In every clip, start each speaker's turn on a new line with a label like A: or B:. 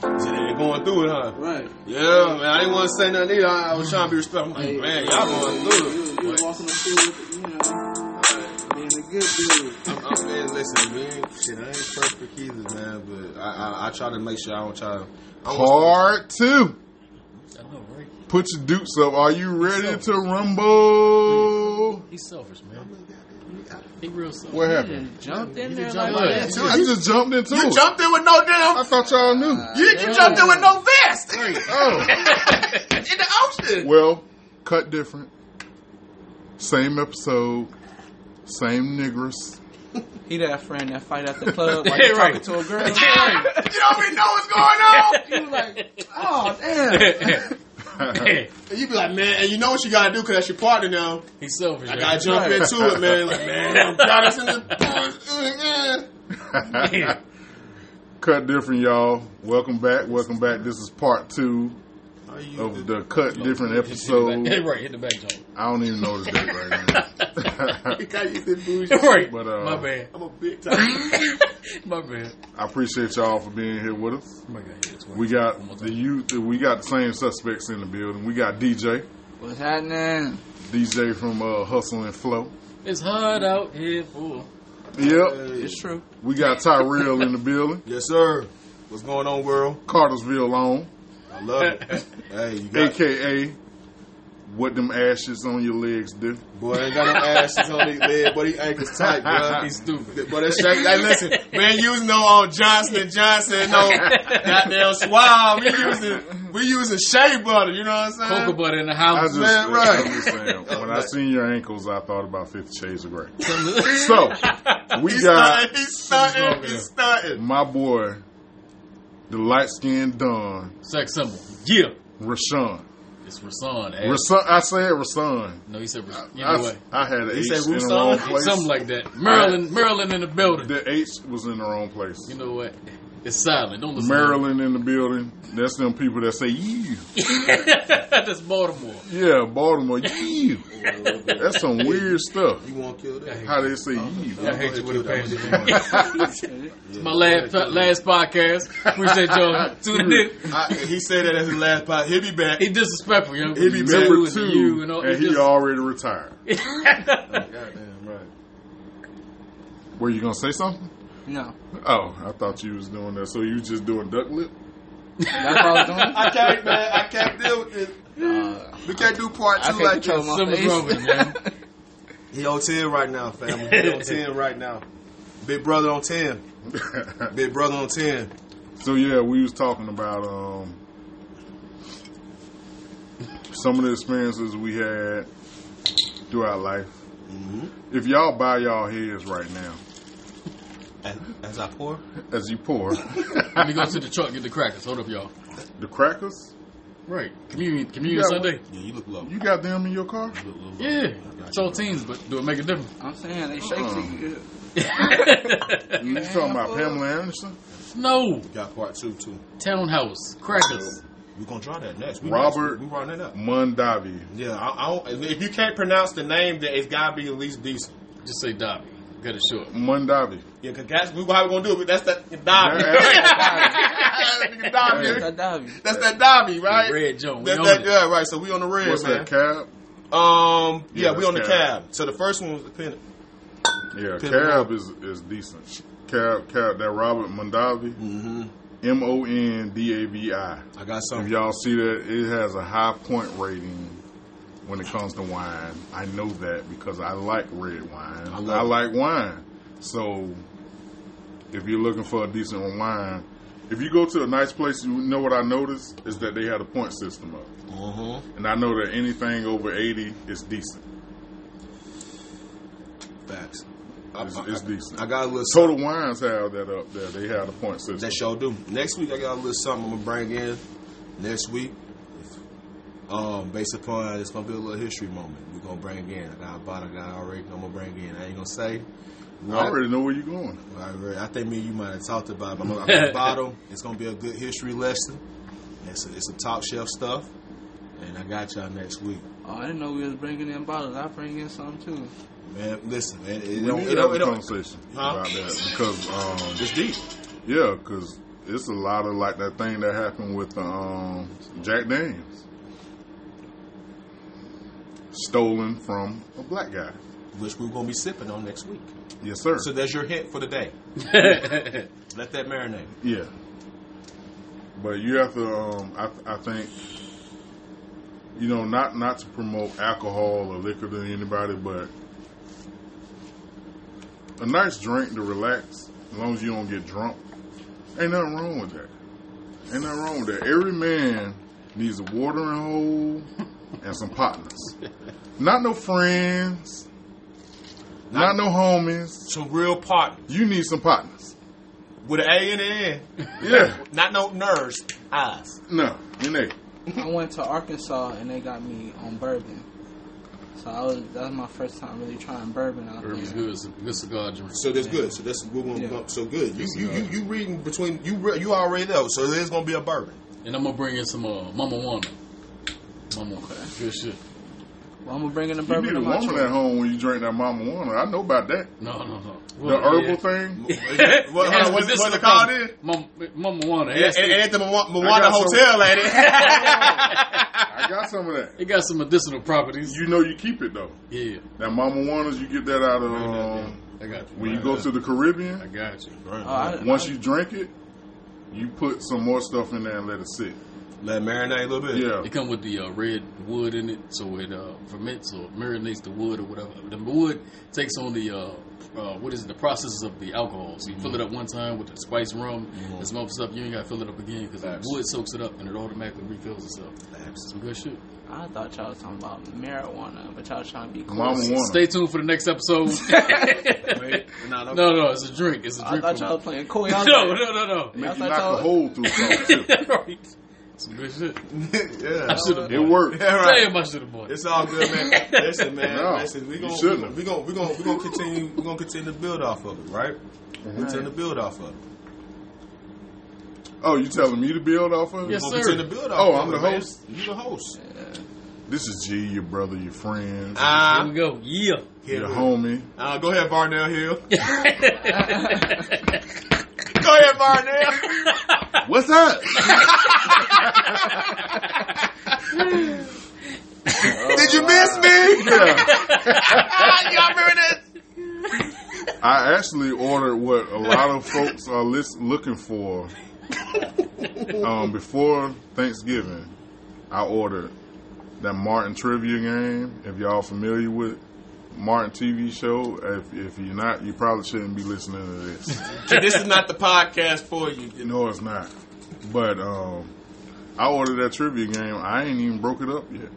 A: Shit, they going through it, huh?
B: Right.
A: Yeah, man. I didn't want to say nothing either. I, I was trying to be respectful. I'm
B: Hey,
A: like, man, y'all going
B: You, you
A: through it.
B: walking up through with, you know,
A: But, all right.
B: being a good dude.
A: I'm, I'm, man, listen, man. Shit, I ain't perfect either, man. But I, I, I try to make sure I don't try to. I want-
C: Part two.
D: I know, right?
C: Put your dukes up. Are you ready to rumble?
D: He's selfish, man. He real selfish.
C: What happened?
B: Jumped in
D: You
B: there
D: just
B: like
D: jumped
B: that.
D: in.
B: too.
C: I just jumped into
A: You
C: it.
A: jumped Uh, in with no damn.
C: I thought y'all knew.
A: You, you jumped in with no vest in
C: Oh.
A: the ocean.
C: Well, cut different. Same episode. Same niggers.
B: He that friend that fight at the club
D: Yeah,
B: like you
D: right.
B: talking to a girl.
A: You don't even know what's going on.
B: You like, oh damn.
A: And you be like, man, and you know what you gotta do because that's your partner now.
D: He's selfish.
A: I
D: man.
A: gotta jump
C: Right.
A: into it, man. Like, man, I'm got us in the.
C: cut different, y'all. Welcome back. Welcome back. This is part two
A: How you
C: of the cut different
D: Hit
C: episode.
D: the back- right, hit the back jump.
C: I don't even know the date right now.
A: think I used to bougie?
D: Right.
C: But, uh,
D: my bad.
A: I'm a big time.
D: My bad.
C: I appreciate y'all for being here with us.
D: Somebody got hit
C: We got the youth. We got the same suspects in the building. We got DJ,
B: What's happening?
C: DJ from uh, Hustle and Flow.
D: It's hard out here, fool.
C: Yep.
B: It's true.
C: We got Tyrell in the building.
A: Yes, sir. What's going on, world?
C: Cartersville Long,
A: I love it. hey, you got
C: aka what them ashes on your legs do.
A: boy ain't got no asses on his leg, but he ankles tight, bro.
D: He's stupid.
A: But that shake, hey, listen, man, using no on Johnson and Johnson, no goddamn swab. We using we using shea butter. You know what I'm saying?
D: Cocoa butter in the
C: I
D: house.
C: just,
A: Man, right.
C: I'm just saying, when I seen your ankles, I thought about Fifty Shades of Grey.
D: Something-
C: So we
A: He's
C: got
A: stunting. He's stunting. He's stunting.
C: my boy, the light skinned Don
D: Sex symbol. Yeah.
C: Rashawn.
D: It's Rasan. ass.
C: Rasan, I said Rasan.
D: no, he said Rasan.
C: I,
D: Either way.
C: I had an H
A: said
C: in the
A: Rousseau?
C: wrong
A: He
C: place.
D: Something like that. Maryland, Maryland in the building.
C: the H was in the wrong place.
D: You know what? It's silent. Don't listen.
C: Maryland in the building. That's them people that say you.
D: To them. That's Baltimore.
C: Yeah, Baltimore you. That's some weird stuff.
A: You won't kill that?
C: How they say you.
D: I hate you with a
A: Go ahead,
D: passion.
A: kill that
D: man. It's my last last podcast. Appreciate y'all tuning in.
A: I, he said that as his last pot. He'll be back.
D: He disrespectful, yo.
A: He be
D: You
C: Number
D: and
C: two,
D: you and all.
C: and
D: it's
C: he
D: just-
C: already retired.
A: Goddamn right.
C: Were you gonna say something?
B: No.
C: Oh, I thought you was doing that. So you just doing duck lip?
B: That's what I was doing.
A: I can't, man. I can't deal with this. we can't do part
B: I
A: two
B: can't
A: like
B: control
A: this.
B: my
D: Something's
B: face.
D: wrong with him, man.
A: He on ten right now, family. He on ten right now. Big brother on ten. Big brother on ten.
C: so yeah, we was talking about um some of the experiences we had throughout life. If y'all bow y'all heads right now
A: As, as I pour,
C: as you pour
D: Let me go to the truck get the crackers. Hold up, y'all.
C: the crackers,
D: Right. Communion, communion
C: You got
D: Sunday.
A: yeah, you look low.
C: you got them in your car.
D: Yeah. It's all teens, but do it make a difference?
B: I'm saying they shake
C: Uh-uh.
B: you good.
C: You talking about Pamela Anderson,
D: no.
A: Got part two too.
D: Townhouse. Crackers.
A: We're gonna draw that next. We
C: Robert-
A: next. we running that up.
C: Mundavi,
A: Yeah, I, I don't, if you can't pronounce the name, then it's gotta be at least decent.
D: Just say Dobby. Cut it short.
C: Mundavi?
A: Yeah, cause that's we, how we gonna do it. But that's that Dobby. That's that
B: Yes, I
A: Dobby.
B: dive you.
A: That's that Dobby, right?
D: Red Jones. We
A: That's
D: own
A: that,
D: it.
A: yeah, right. So we on the red,
C: What's
A: man.
C: that cab?
A: Um, yeah,
C: Yeah,
A: we
C: that's
A: on the
C: cab.
A: cab. So the first one was the pennant.
C: Yeah,
A: Pivot
C: Cab is is decent. Cab, Cab, that Robert
A: Mm.
C: Mondavi, M O N D A V I.
A: Mm-hmm. I got
C: If
A: something.
C: y'all see that, it has a high point rating when it comes to wine. I know that because I like red wine. I,
A: love it.
C: like wine. So if you're looking for a decent wine, if you go to a nice place, you know what I noticed is that they had a point system up,
A: Uh-huh.
C: and I know that anything over eighty is decent.
A: Facts.
C: It's, it's decent.
A: I got a little something
C: Total Wines have that up there. They have a point system.
A: that y'all do. Next week, I got a little something I'm gonna bring in. Next week, um, based upon it's gonna be a little history moment. We're gonna bring in. I got a bottle. I got already. I'm gonna bring in. I ain't gonna say.
C: I already know where you're going.
A: I, re- I think me and you might have talked about it, but I'm gonna bottle. It's gonna be a good history lesson. It's a, it's some top shelf stuff, and I got y'all next week.
B: Oh, I didn't know we was bringing in bottles. I bring in some too.
A: Man, listen, man, it,
C: We
A: don't,
C: need
A: it
C: to
A: don't,
C: have
A: it
C: a
A: don't,
C: conversation
A: Huh?
C: about that because, um,
A: it's deep.
C: yeah, because it's a lot of like that thing that happened with um, Jack Daniels, stolen from a black guy.
A: which we're gonna be sipping on next week.
C: Yes, sir.
A: So there's your hint for the day. Let that marinate.
C: Yeah. But you have to. Um, I, I think you know not not to promote alcohol or liquor to anybody, but a nice drink to relax, as long as you don't get drunk. Ain't nothing wrong with that. Ain't nothing wrong with that. Every man needs a watering hole and some partners. Not no friends. Not, no homies.
A: Some real part
C: You need some partners.
A: with an A in the end.
C: Yeah.
A: Not no nerves, eyes.
C: No. You need.
B: I went to Arkansas and they got me on bourbon. So I was that was my first time really trying bourbon out there.
D: Bourbon's good. It's a good cigar drink.
A: So that's good. So that's we're gonna
B: Yeah.
A: go- so good. You you, you you reading between you re- you already know. So there's gonna be a bourbon.
D: And I'm gonna bring in some uh, Mama Wanna. Mama, good shit.
B: Well, I'm gonna bring in the
C: You
B: bourbon.
C: need a
B: in my
C: woman
B: truck.
C: at home when you drink that mama wanna. I know about that.
D: No, no, no.
C: The
D: Well,
C: herbal
D: yeah.
C: thing.
A: what
D: It
A: what,
D: has
A: what,
D: medicinal
A: what's it called?
D: properties.
A: It
D: Mama, Mama Wanna.
A: and,
D: Yes,
A: and,
D: it,
A: at the Mwa-
C: I
A: Moana
C: got some-
A: Hotel, ain't it?
C: I got some of that.
D: it got some medicinal properties.
C: You know you keep it though.
D: yeah,
C: That mama wanna's you get that out of um,
D: I got you.
C: when you go to the Caribbean.
D: I got you.
B: Oh, I-
C: Once
B: I-
C: you drink it, you put some more stuff in there and let it sit.
A: Let it marinate a little bit.
C: Yeah.
D: It come with the uh, red wood in it, so it uh, ferments or marinates the wood or whatever. The wood takes on the uh, uh, what is it, the processes of the alcohol. So you fill it up one time with the spice rum and some other stuff. You ain't got to fill it up again because the wood soaks it up and it automatically refills itself.
A: Facts.
D: Some good shit.
B: I thought y'all was talking about marijuana, but y'all was trying to be cool.
C: Mama wanna.
D: Stay tuned for the next episode.
A: Wait, nah, don't-
D: no, no, it's a drink. It's a
B: I
D: drink.
B: thought
D: from-
B: y'all was playing cool. Y'all
D: no, no, no, no.
B: That's
C: Make you
B: what I
C: knock
B: told-
C: a hole through something. too.
D: right. Some good shit.
A: yeah.
D: I should have.
C: it worked.
A: Yeah, right.
D: Damn, I should have bought it.
A: It's all good, man. Listen, man.
C: No,
A: listen, we
C: you
A: gonna
C: shouldn't have.
A: we gonna we gonna we gonna continue we gonna continue to build off of it, right? We're Continue to build off of it.
C: Oh, you telling me to build off of it?
D: Yes,
A: We're
D: sir.
A: gonna continue to build off.
C: Oh,
A: of
C: I'm
A: it,
C: the
A: man.
C: host?
A: You the host.
C: This is G, your brother, your friend,
D: Here
A: Ah,
D: we go. Yeah.
A: here
C: your
A: we-
C: homie.
A: Uh, go ahead, Barnell Hill. go ahead, Barnell.
C: What's up? Oh.
A: Did you miss me? Ah, Y'all remember this?
C: I actually ordered what a lot of folks are lis- looking for. Um, before Thanksgiving, I ordered that Martin trivia game. If y'all familiar with Martin TV show, if if you're not, you probably shouldn't be listening to this.
A: This is not the podcast for you. you know.
C: no, it's not. But um, I ordered that trivia game. I ain't even broke it up yet.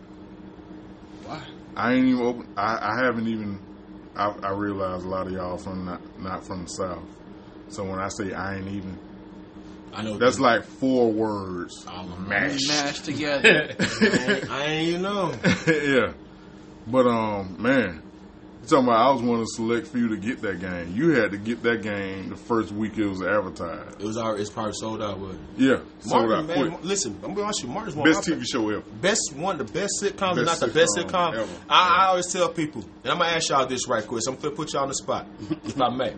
D: Why?
C: I ain't even open. I, I haven't even. I, I realize a lot of y'all from not not from the south. So when I say I ain't even,
A: I know
C: that's like four words.
B: We mashed together.
A: I ain't even know.
C: yeah, but um, man, you talking about I was one of the select few to get that game. You had to get that game the first week it was advertised.
A: It was our. It's probably sold out. With
C: Yeah, sold
A: Martin,
C: out
A: man.
C: quick.
A: Mar- Listen, I'm gonna be honest with you. Martin's one
C: Best
A: of my
C: TV show ever.
A: best one of the best sitcoms,
C: Best
A: not the best sitcom.
C: sitcom ever.
A: I, I always tell people, and I'm gonna ask y'all this right quick. So I'm gonna put y'all on the spot, if I may.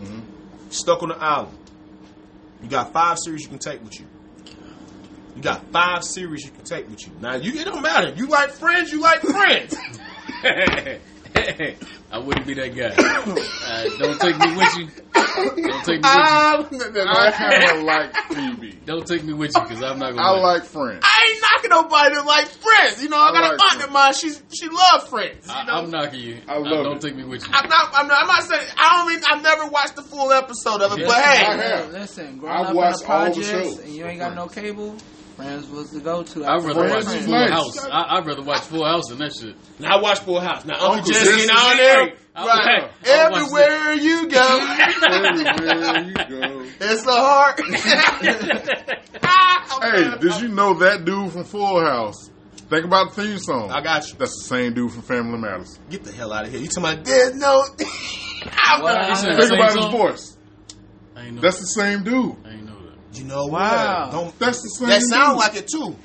A: Mm-hmm. Stuck on the island. You got five series you can take with you. You got five series you can take with you. Now you it don't matter. You like friends, you like friends.
D: I wouldn't be that guy. Uh, don't take me with you. Don't take me with you.
C: I, kind of like TV.
D: Don't take me with you because I'm not gonna.
C: I like Friends.
A: I ain't knocking nobody that like friends. You know, I,
C: I
A: got
C: like
A: an aunt of
C: Friends.
A: mine. She's she loves friends.
D: I, I'm knocking you. Uh,
C: I love
D: don't
C: it.
D: take me with you.
A: I'm not, I'm not. I'm not saying. I don't mean. I've never watched the full episode of it,
D: Yes,
A: but
C: I
A: hey,
C: have. Yeah.
B: Listen,
C: I
B: growing up in
C: watched
B: the
C: all the
B: projects
C: shows
B: and you ain't got no cable, Friends was the go-to.
D: I'd rather
C: Friends
D: watch
C: is
D: Full
C: nice.
D: House. I, I'd rather watch Full House than that shit.
A: Now I watch Full House. Now Uncle,
C: Uncle
A: Jesse
C: Jesse's
A: and all
D: great.
A: there.
D: I
A: Right.
D: watch- I watch
A: Everywhere you go,
C: Everywhere you go.
A: it's a heart. Ah, I'm
C: Hey,
A: proud
C: did
A: of-
C: you know that dude from Full House? Think about the theme song.
A: I got you.
C: That's the same dude from Family Matters.
A: Get the hell out of here. You talking about there's no. I'm
B: Wow.
A: gonna-
D: He said the
C: Think
D: same
C: about his
D: song?
C: voice.
D: I ain't know.
C: That's
D: that.
C: the same dude.
D: I ain't know that.
A: you know
B: Wow.
A: Don't.
C: That's the same.
A: That sound
C: dude.
A: like it too.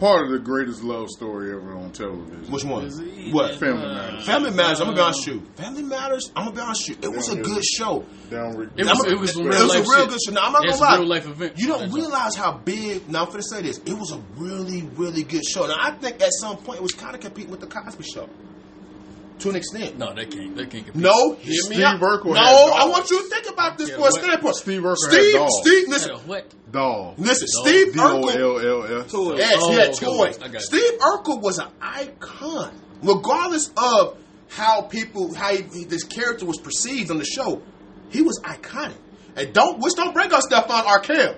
C: part of the greatest love story ever on television.
A: Which one?
D: Is it-
A: What?
C: Family Matters.
A: Family Matters. I'm gonna be honest with you. Family Matters. I'm gonna be honest with you. It was a good show.
C: Down Rick-
D: It was,
A: I'm a-
D: it was some
A: it
D: real
A: was a
D: life
A: real
D: shit.
A: good show. Now, I'm not
D: It's
A: gonna
D: a
A: lie.
D: real life event.
A: You don't
D: That's
A: realize how big. Now I'm finna say this. It was a really, really good show. Now I think at some point it was kind of competing with the Cosby Show, to an extent.
D: all. No, that can't. That can't compete.
A: No, hear me
C: Steve
A: out.
C: Urkel
A: No,
C: had dogs.
A: I want you to think about this
D: Yeah,
A: for a
D: what?
A: standpoint.
C: Steve Urkel had
A: Steve,
C: dogs.
A: Steve, listen,
D: Hell, What?
C: Doll.
A: listen.
D: Dogs.
A: Steve
C: D O
A: Urkel,
C: L E. L S.
B: Toy.
A: yes,
D: Oh,
A: he had
D: okay,
A: toys.
D: I got you.
A: Steve Urkel was an icon, regardless of how people, how he, this character was perceived on the show. He was iconic, and don't, which don't bring up Stephon Arkell.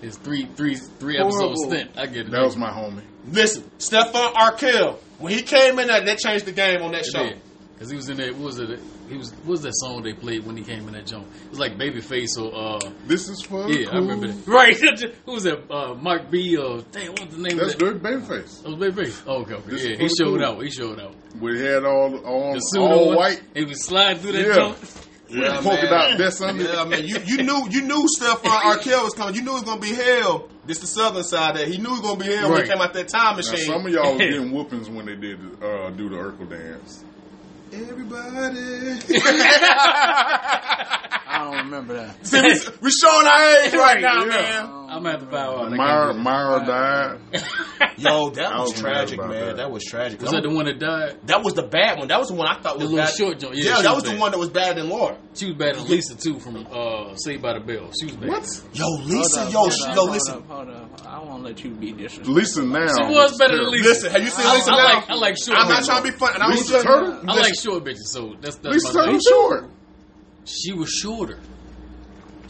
D: His three, three, three
B: Horrible.
D: episode stint. I get it.
C: That was my homie.
A: Listen, Stephon Arkell, when he came in, that that changed the game on that
D: It
A: show.
D: did. Cause he was in that. What was it? He was. What was that song they played when he came in that jump? It was like Babyface or. uh
C: This is for
D: Yeah, I
C: cool.
D: remember that. Right. Who was that? Uh, Mark B. Uh, dang, what was the name
C: That's
D: of that?
C: Dirk Babyface.
D: That was Babyface. Oh, okay, okay.
C: This
D: Yeah,
C: is
D: he
C: pretty
D: showed
C: cool.
D: out. He showed out.
C: We had all all,
D: The suit
C: all
D: on,
C: white
D: He was sliding through that
C: Yeah.
D: jump.
A: Yeah,
C: polka
A: man.
C: dot vests under.
A: Yeah, man, you, you knew you knew Stephon Arkell was coming. You knew it was gonna be hell. This the southern side that he knew it was gonna be hell when
D: Right.
A: he came out that time
C: Now,
A: machine.
C: some of y'all was getting whoopings when they did uh, do the Urkel dance.
A: Everybody,
B: I don't remember that. Um,
A: See, we, we showing our age right now,
C: Yeah.
A: man.
D: I'm gonna have to bow out. I
C: Myra,
D: can't do
C: Myra died.
A: Yo, that
C: I
A: was,
C: was mad
A: tragic,
C: about
A: man.
C: that.
A: That. was tragic.
D: it. Was that the one that died?
A: That was the bad one. That was the one I thought
D: The
A: was
D: little
A: bad.
D: short joint.
A: Yeah,
D: she
A: that was
D: bad.
A: the one that was bad in Lord.
D: She was bad at Lisa too from uh, Saved by the Bell. She was bad.
C: What?
A: Yo,
B: Hold
A: Lisa,
B: up,
A: yo,
B: hold
A: sh- yo,
B: up, hold
A: listen,
B: up, Hold up, I won't let you
A: Oh,
B: be disrespectful.
C: Lisa now.
D: She was better than
C: terrible.
D: Lisa.
A: listen. Have you seen
D: I-
A: Lisa
D: I
A: now?
D: like- I like short
A: I'm not
D: women.
A: trying to be funny. And I was
C: Lisa Turtle.
D: I like short bitches, so that's that's
C: Lisa
D: my
C: Turtle
D: thing.
C: short.
D: She was shorter.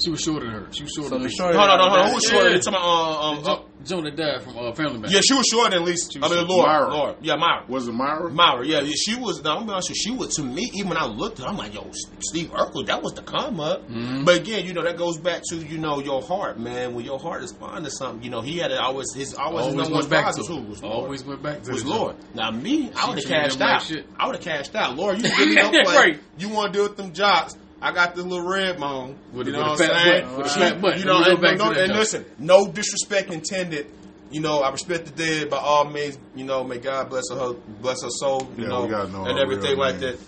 D: She was shorter than her. She was shorter.
B: So
D: than
B: the
D: Lisa.
B: short-
A: Hold on, hold on. Who was
D: Yeah.
A: shorter? It's about, uh, um, uh,
D: Jo- Jonah died from uh, Family Man.
A: Yeah, she was shorter than Lisa.
D: She
A: I
D: was
A: mean,
D: shorter.
A: Laura.
C: Myra.
A: Laura. Yeah, Myra.
C: Was it Myra?
A: Myra, yeah, yeah, she was. Now, I'm gonna be honest with you. She was to me. Even when I looked, at her, I'm like, yo, Steve Urkel, that was the come up. But again, you know, that goes back to you know your heart, man. When your heart is fond of something, you know, he had it always his always, his
D: always
A: number
D: went
A: one
D: back
A: prize
D: to.
A: was who was Lord.
D: Always went back to.
A: was
D: the-
A: Lord. Now me, I would have
D: treated him
A: cashed
D: like
A: out.
D: shit.
A: I would have cashed out. Lord, you really don't play.
D: Right.
A: You want to deal with them jocks? I got this little red mom.
D: With
A: you
D: the-
A: know what
D: with the
A: I'm
D: fat
A: saying?
D: butt, with the fat butt.
A: You know,
D: We go
A: and,
D: back
A: no,
D: to that
A: and
D: jock.
A: listen, no disrespect intended. You know, I respect the dead by all means. You know, may God bless her, bless her soul. You
C: Yeah,
A: know,
C: we gotta know
A: and
C: her
A: everything
C: real
A: like
C: name.
A: that.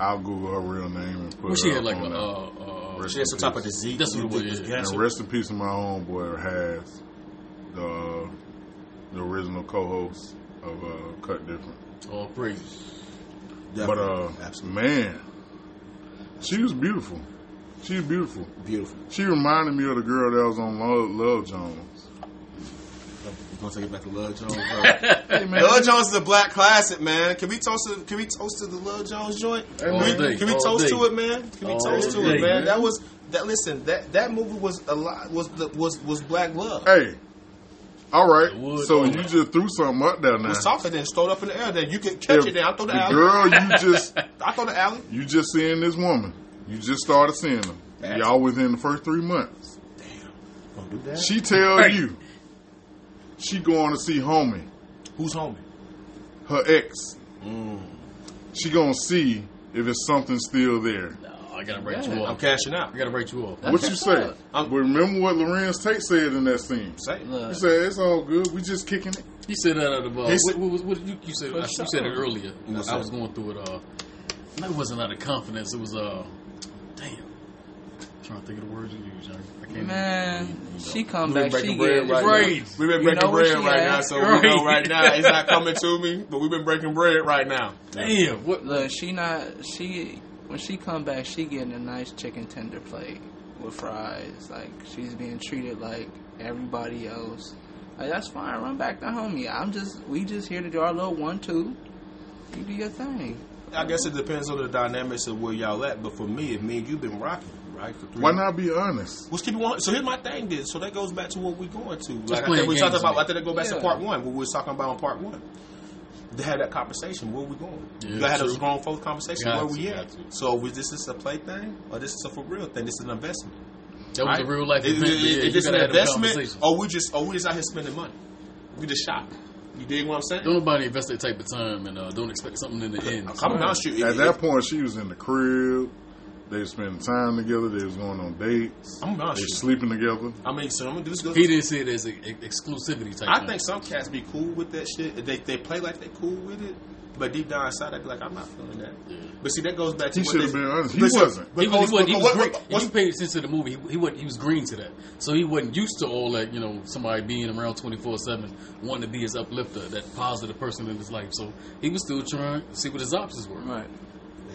C: I'll Google her real name and put
D: Well, she
C: her
D: had
C: up
D: like a.
C: on that.
D: Uh, uh,
A: She had some type of disease.
D: That's what it was, yeah.
A: Yeah,
C: And rest in peace, my own boy has the the original co-host of uh, Cut Different.
D: all praise.
A: definitely.
C: But uh,
A: absolutely
C: man, she was beautiful. She was beautiful.
A: beautiful.
C: She reminded me of the girl that was on Love, Love Jones.
A: We're gonna take it back to Love Jones. Love Jones is a black classic, man. Can we toast? To, can we toast to the Love Jones joint?
D: All
A: Can we,
D: day,
A: can we
D: all
A: toast
D: day.
A: to it, man? Can we
D: All
A: toast to
D: day,
A: it, man?
D: man.
A: That was that. Listen, that that movie was a lot. Was the, was was black love.
C: Hey, all
D: The wood
C: right. So
D: on
C: you
D: that.
C: just threw something up there now.
A: was talking then throw it up in the air. Then you can catch
C: If
A: it. Then I throw the,
C: the
A: alley.
C: girl you just
A: I throw the alley.
C: you just seeing this woman. You just started seeing them.
A: That's-
C: Y'all within the first three months.
A: Don't do that.
C: She tell
D: Right.
C: you she going to see homie,
A: Who's homie?
C: her ex. She gonna see if it's something still there.
D: No, I gotta break you
B: Yeah.
A: I'm
D: off.
A: cashing out.
D: I gotta break you off.
C: what you
B: what's
C: say?
B: up.
C: But remember what Lorenz Tate said in that scene.
A: Say it.
B: Look,
C: He said it's all good. We just kicking it.
D: You said that out of uh,
A: He
D: what,
A: said-
D: what, what, what you, you said. I, you said it earlier.
A: What's
D: I
A: that?
D: was going through it. Uh, no, it wasn't out of confidence. It was uh, damn. I'm trying to think of the words you use. Johnny. I can't.
B: man,
D: even-
B: she come
A: We've
B: back.
A: been
B: She
A: breaking
B: get
A: bread right
D: Right.
A: now. We've been
B: You
A: breaking
B: know what
A: bread
B: she
A: right
B: at.
A: now, so we know
D: Right.
A: right now it's not coming to me. But we've been breaking bread right now.
D: Damn. What?
B: Look, she not she when she come back, she getting a nice chicken tender plate with fries. Like she's being treated like everybody else. Like that's fine. Run back to homie. I'm just we just here to do our little one two. You do your thing.
A: I guess it depends on the dynamics of where y'all at. But for me, it means you've been rocking right for three.
C: Why not be honest?
A: Let's keep it one. So here's my thing. Then so that goes back to what we're going to. Like I
D: playing
A: think we
D: games,
A: talked about.
D: man.
A: I think that go back to
B: Yeah.
A: part one. What we was talking about on part one. To have that conversation, where we going?
D: Yeah,
A: you gotta have
D: true.
A: those grown folks conversation.
D: Got
A: where
D: to,
A: we
D: got
A: at?
D: to.
A: So was this is a play thing, or this is a for real thing? This is an investment.
D: That was a
A: right?
D: real life
A: Is,
D: event.
A: is-
D: yeah,
A: is
D: you
A: this an
D: gotta have them
A: investment,
D: conversations.
A: or we just, or we just out here spending money? We just shop. You dig what I'm saying?
D: Don't nobody invest that type of time and uh, don't expect something in the end.
A: I'm coming down with you.
C: At that point, she was in the crib. They was spending time together. They was going on dates.
A: I'm
C: They
A: not
C: was
A: sure.
C: sleeping together.
A: I mean, so I'm gonna do this.
D: He didn't see it as an exclusivity type.
A: I
D: thing.
A: think some cats be cool with that shit. They they play like they cool with it, but deep down inside they be like, I'm not feeling that. But see, that goes back to
C: He
A: what
C: should have
A: they-
C: been honest. He
A: But so-
C: wasn't.
A: but
D: he was,
A: oh,
D: he was, he
A: but
D: was
A: what-
D: green.
A: what-
D: if
A: what's-
D: you paid attention to the movie, he, he wasn't. He was green to that, so he wasn't used to all that. You know, somebody being around twenty four seven, wanting to be his uplifter, that positive person in his life. So he was still trying to see what his options were.
B: Right.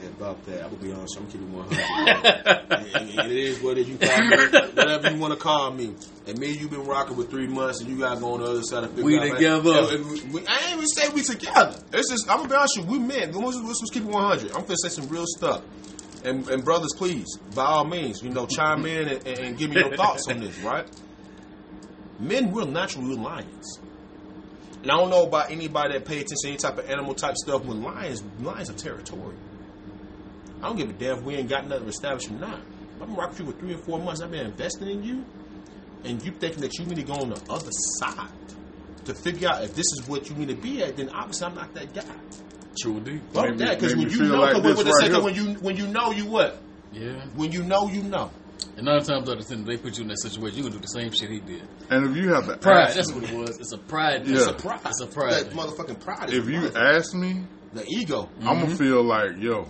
A: Man, about that. I'm gonna be honest. I'm gonna keep it 100. it, it is what it is. You call me whatever you want to call me. And me, you've been rocking for three months, and you guys on the other side of fifty.
D: We
A: dollars.
D: together.
A: And- and we- we- I ain't even say we together. It's just I'm gonna be honest with you. We men. Let's, let's just keep it 100. I'm gonna say some real stuff. And, and brothers, please, by all means, you know, chime in and, and, and give me your thoughts on this, right? Men, we're naturally lions. And I don't know about anybody that pay attention to any type of animal type stuff. When lions, lions are territorial. I don't give a damn if we ain't got nothing established or not. I've been rocking you for three or four months. I've been investing in you, and you thinking that you need to go on the other side to figure out if this is what you need to be at. Then obviously, I'm not that guy.
D: True indeed.
A: Fuck
C: Made me-
A: that, because
C: made
A: when
C: me
A: you
C: feel
A: know,
C: like
A: cause when,
C: this
A: when, they
C: right
A: say, 'cause
C: here.
A: when you when you know, you what?
D: Yeah,
A: When you know, you know.
D: and nine times out of ten, they put you in that situation. You gonna do the same shit he did.
C: And if you have to
D: Pride.
C: ask,
D: That's
C: me-
D: what it was. It's a pride.
C: Yeah.
D: It's a pride. It's a pride.
A: That
D: thing.
A: motherfucking pride. Is
C: if you
A: mine.
C: ask me,
A: the ego,
C: I'm gonna feel like yo.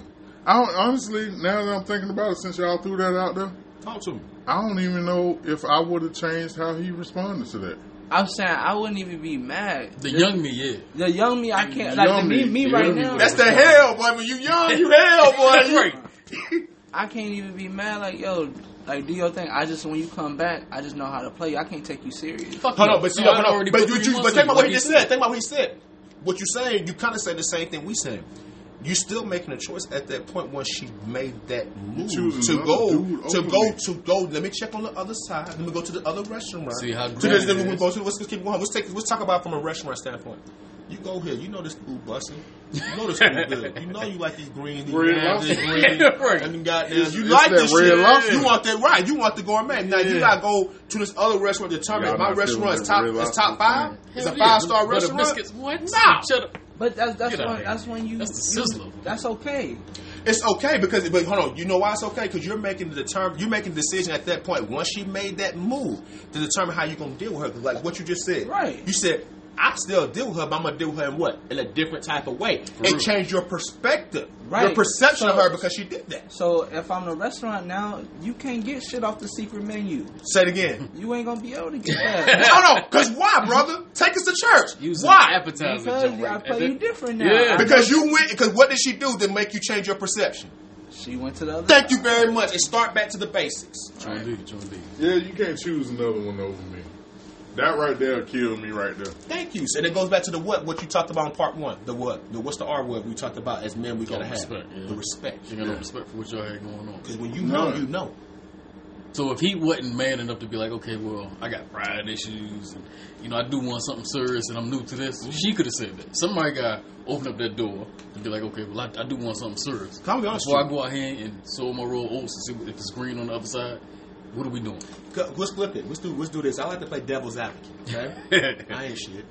C: I don't, honestly, now that I'm thinking about it, since y'all threw that out there,
A: talk to me.
C: I don't even know if I would have changed how he responded to that.
B: I'm saying I wouldn't even be mad.
D: The young me, yeah.
B: The young me, I can't like the
C: Young
B: me,
C: me,
B: me
C: the
B: right
C: young me
B: now.
C: was-
A: That's the hell, boy. When you young, you hell, boy.
D: That's
A: You-
D: right.
B: I can't even be mad. Like yo, like do your thing. I just when you come back, I just know how to play. you. I can't take you serious.
D: Fuck
A: Hold
D: no.
A: on, but see,
D: No, I
A: hold on,
D: already
A: but
D: put
A: you,
D: three
A: you
D: months
A: but think
D: in.
A: about
D: What
A: what he
D: you
A: just said. Think about what he said. What you saying, you kind of said the same thing we said. You still making a choice at that point once she made that move
C: choosing
A: to
C: another
A: go
C: dude
A: to
C: over
A: go
C: me.
A: to go. Let me check on the other side. Let me go to the other restaurant.
D: See how
A: to this,
D: grand
A: then
D: it
A: we
D: is.
A: go to. Let's just keep going. Let's take. Let's talk about it from a restaurant standpoint. You go here. You know this food busting. You know this food good. You know you like these greens. these
C: Red
A: greens, these
C: lobster.
A: greens.
D: Yeah, right.
A: And goddamn, you
C: It's- it's
A: like
C: that
A: this
C: red
A: shit.
C: lobster.
A: You want that right. You want the gourmet. Now you
D: Yeah.
A: gotta go to this other restaurant. Determine
C: Y'all
A: if my
C: not
A: restaurant
C: feeling
A: is
C: that
A: top.
C: Red
A: It's
C: Lobster
A: top five.
C: thing.
A: It's a
D: Hell yeah.
A: five star
D: Butter
A: restaurant.
D: Biscuits, what?
A: Nah.
D: Shut up.
B: But that's that's
D: Get out
B: when
D: here.
B: that's when you
D: That's the
B: you-
D: sizzler.
B: that's okay.
A: It's okay because, but hold on. You know why it's okay? Because you're making the determine. You're making the decision at that point. Once she made that move to determine how you're gonna deal with her, 'Cause like what you just said.
B: Right.
A: You said I still deal with her, but I'm gonna deal with her in what? In a different type of way.
D: real.
A: It changed your perspective, your
B: Right.
A: perception of
B: So-
A: her because she did that.
B: So if I'm the restaurant now, you can't get shit off the secret menu.
A: Say it again.
B: You ain't gonna be able to get that.
A: no, no. Because why, brother? Take us to church.
D: Use
A: why?
D: an appetizer.
B: Because
D: joint.
B: I
D: And
B: play
D: then-
B: you different now.
D: Yeah.
B: I-
A: Because you went. Because what did she do that make you change your perception?
B: she went to the other.
A: Thank you very much, and start back to the basics.
D: True indeed. True indeed.
C: Yeah, you can't choose another one over me. That right there killed me right there.
A: Thank you. And it goes back to the what what you talked about in part one. The what? The what's the R word we talked about as men? We gotta
D: Oh,
A: have
D: respect, yeah.
A: the respect.
D: You got no respect for what y'all had going on.
A: Because when you know,
C: None.
A: you know.
D: So if he wasn't man enough to be like, okay, well, I got pride issues, and you know, I do want something serious, and I'm new to this, she could have said that. Somebody got open up that door and be like, okay, well, I, I do want something serious.
A: Can I be honest
D: Before I
A: with
D: go out here and sow my roll oats and see what- if it's green on the other side, what are we doing?
A: Go- Let's flip it. Let's do let's do this. I like to play devil's advocate. Okay. I ain't shit.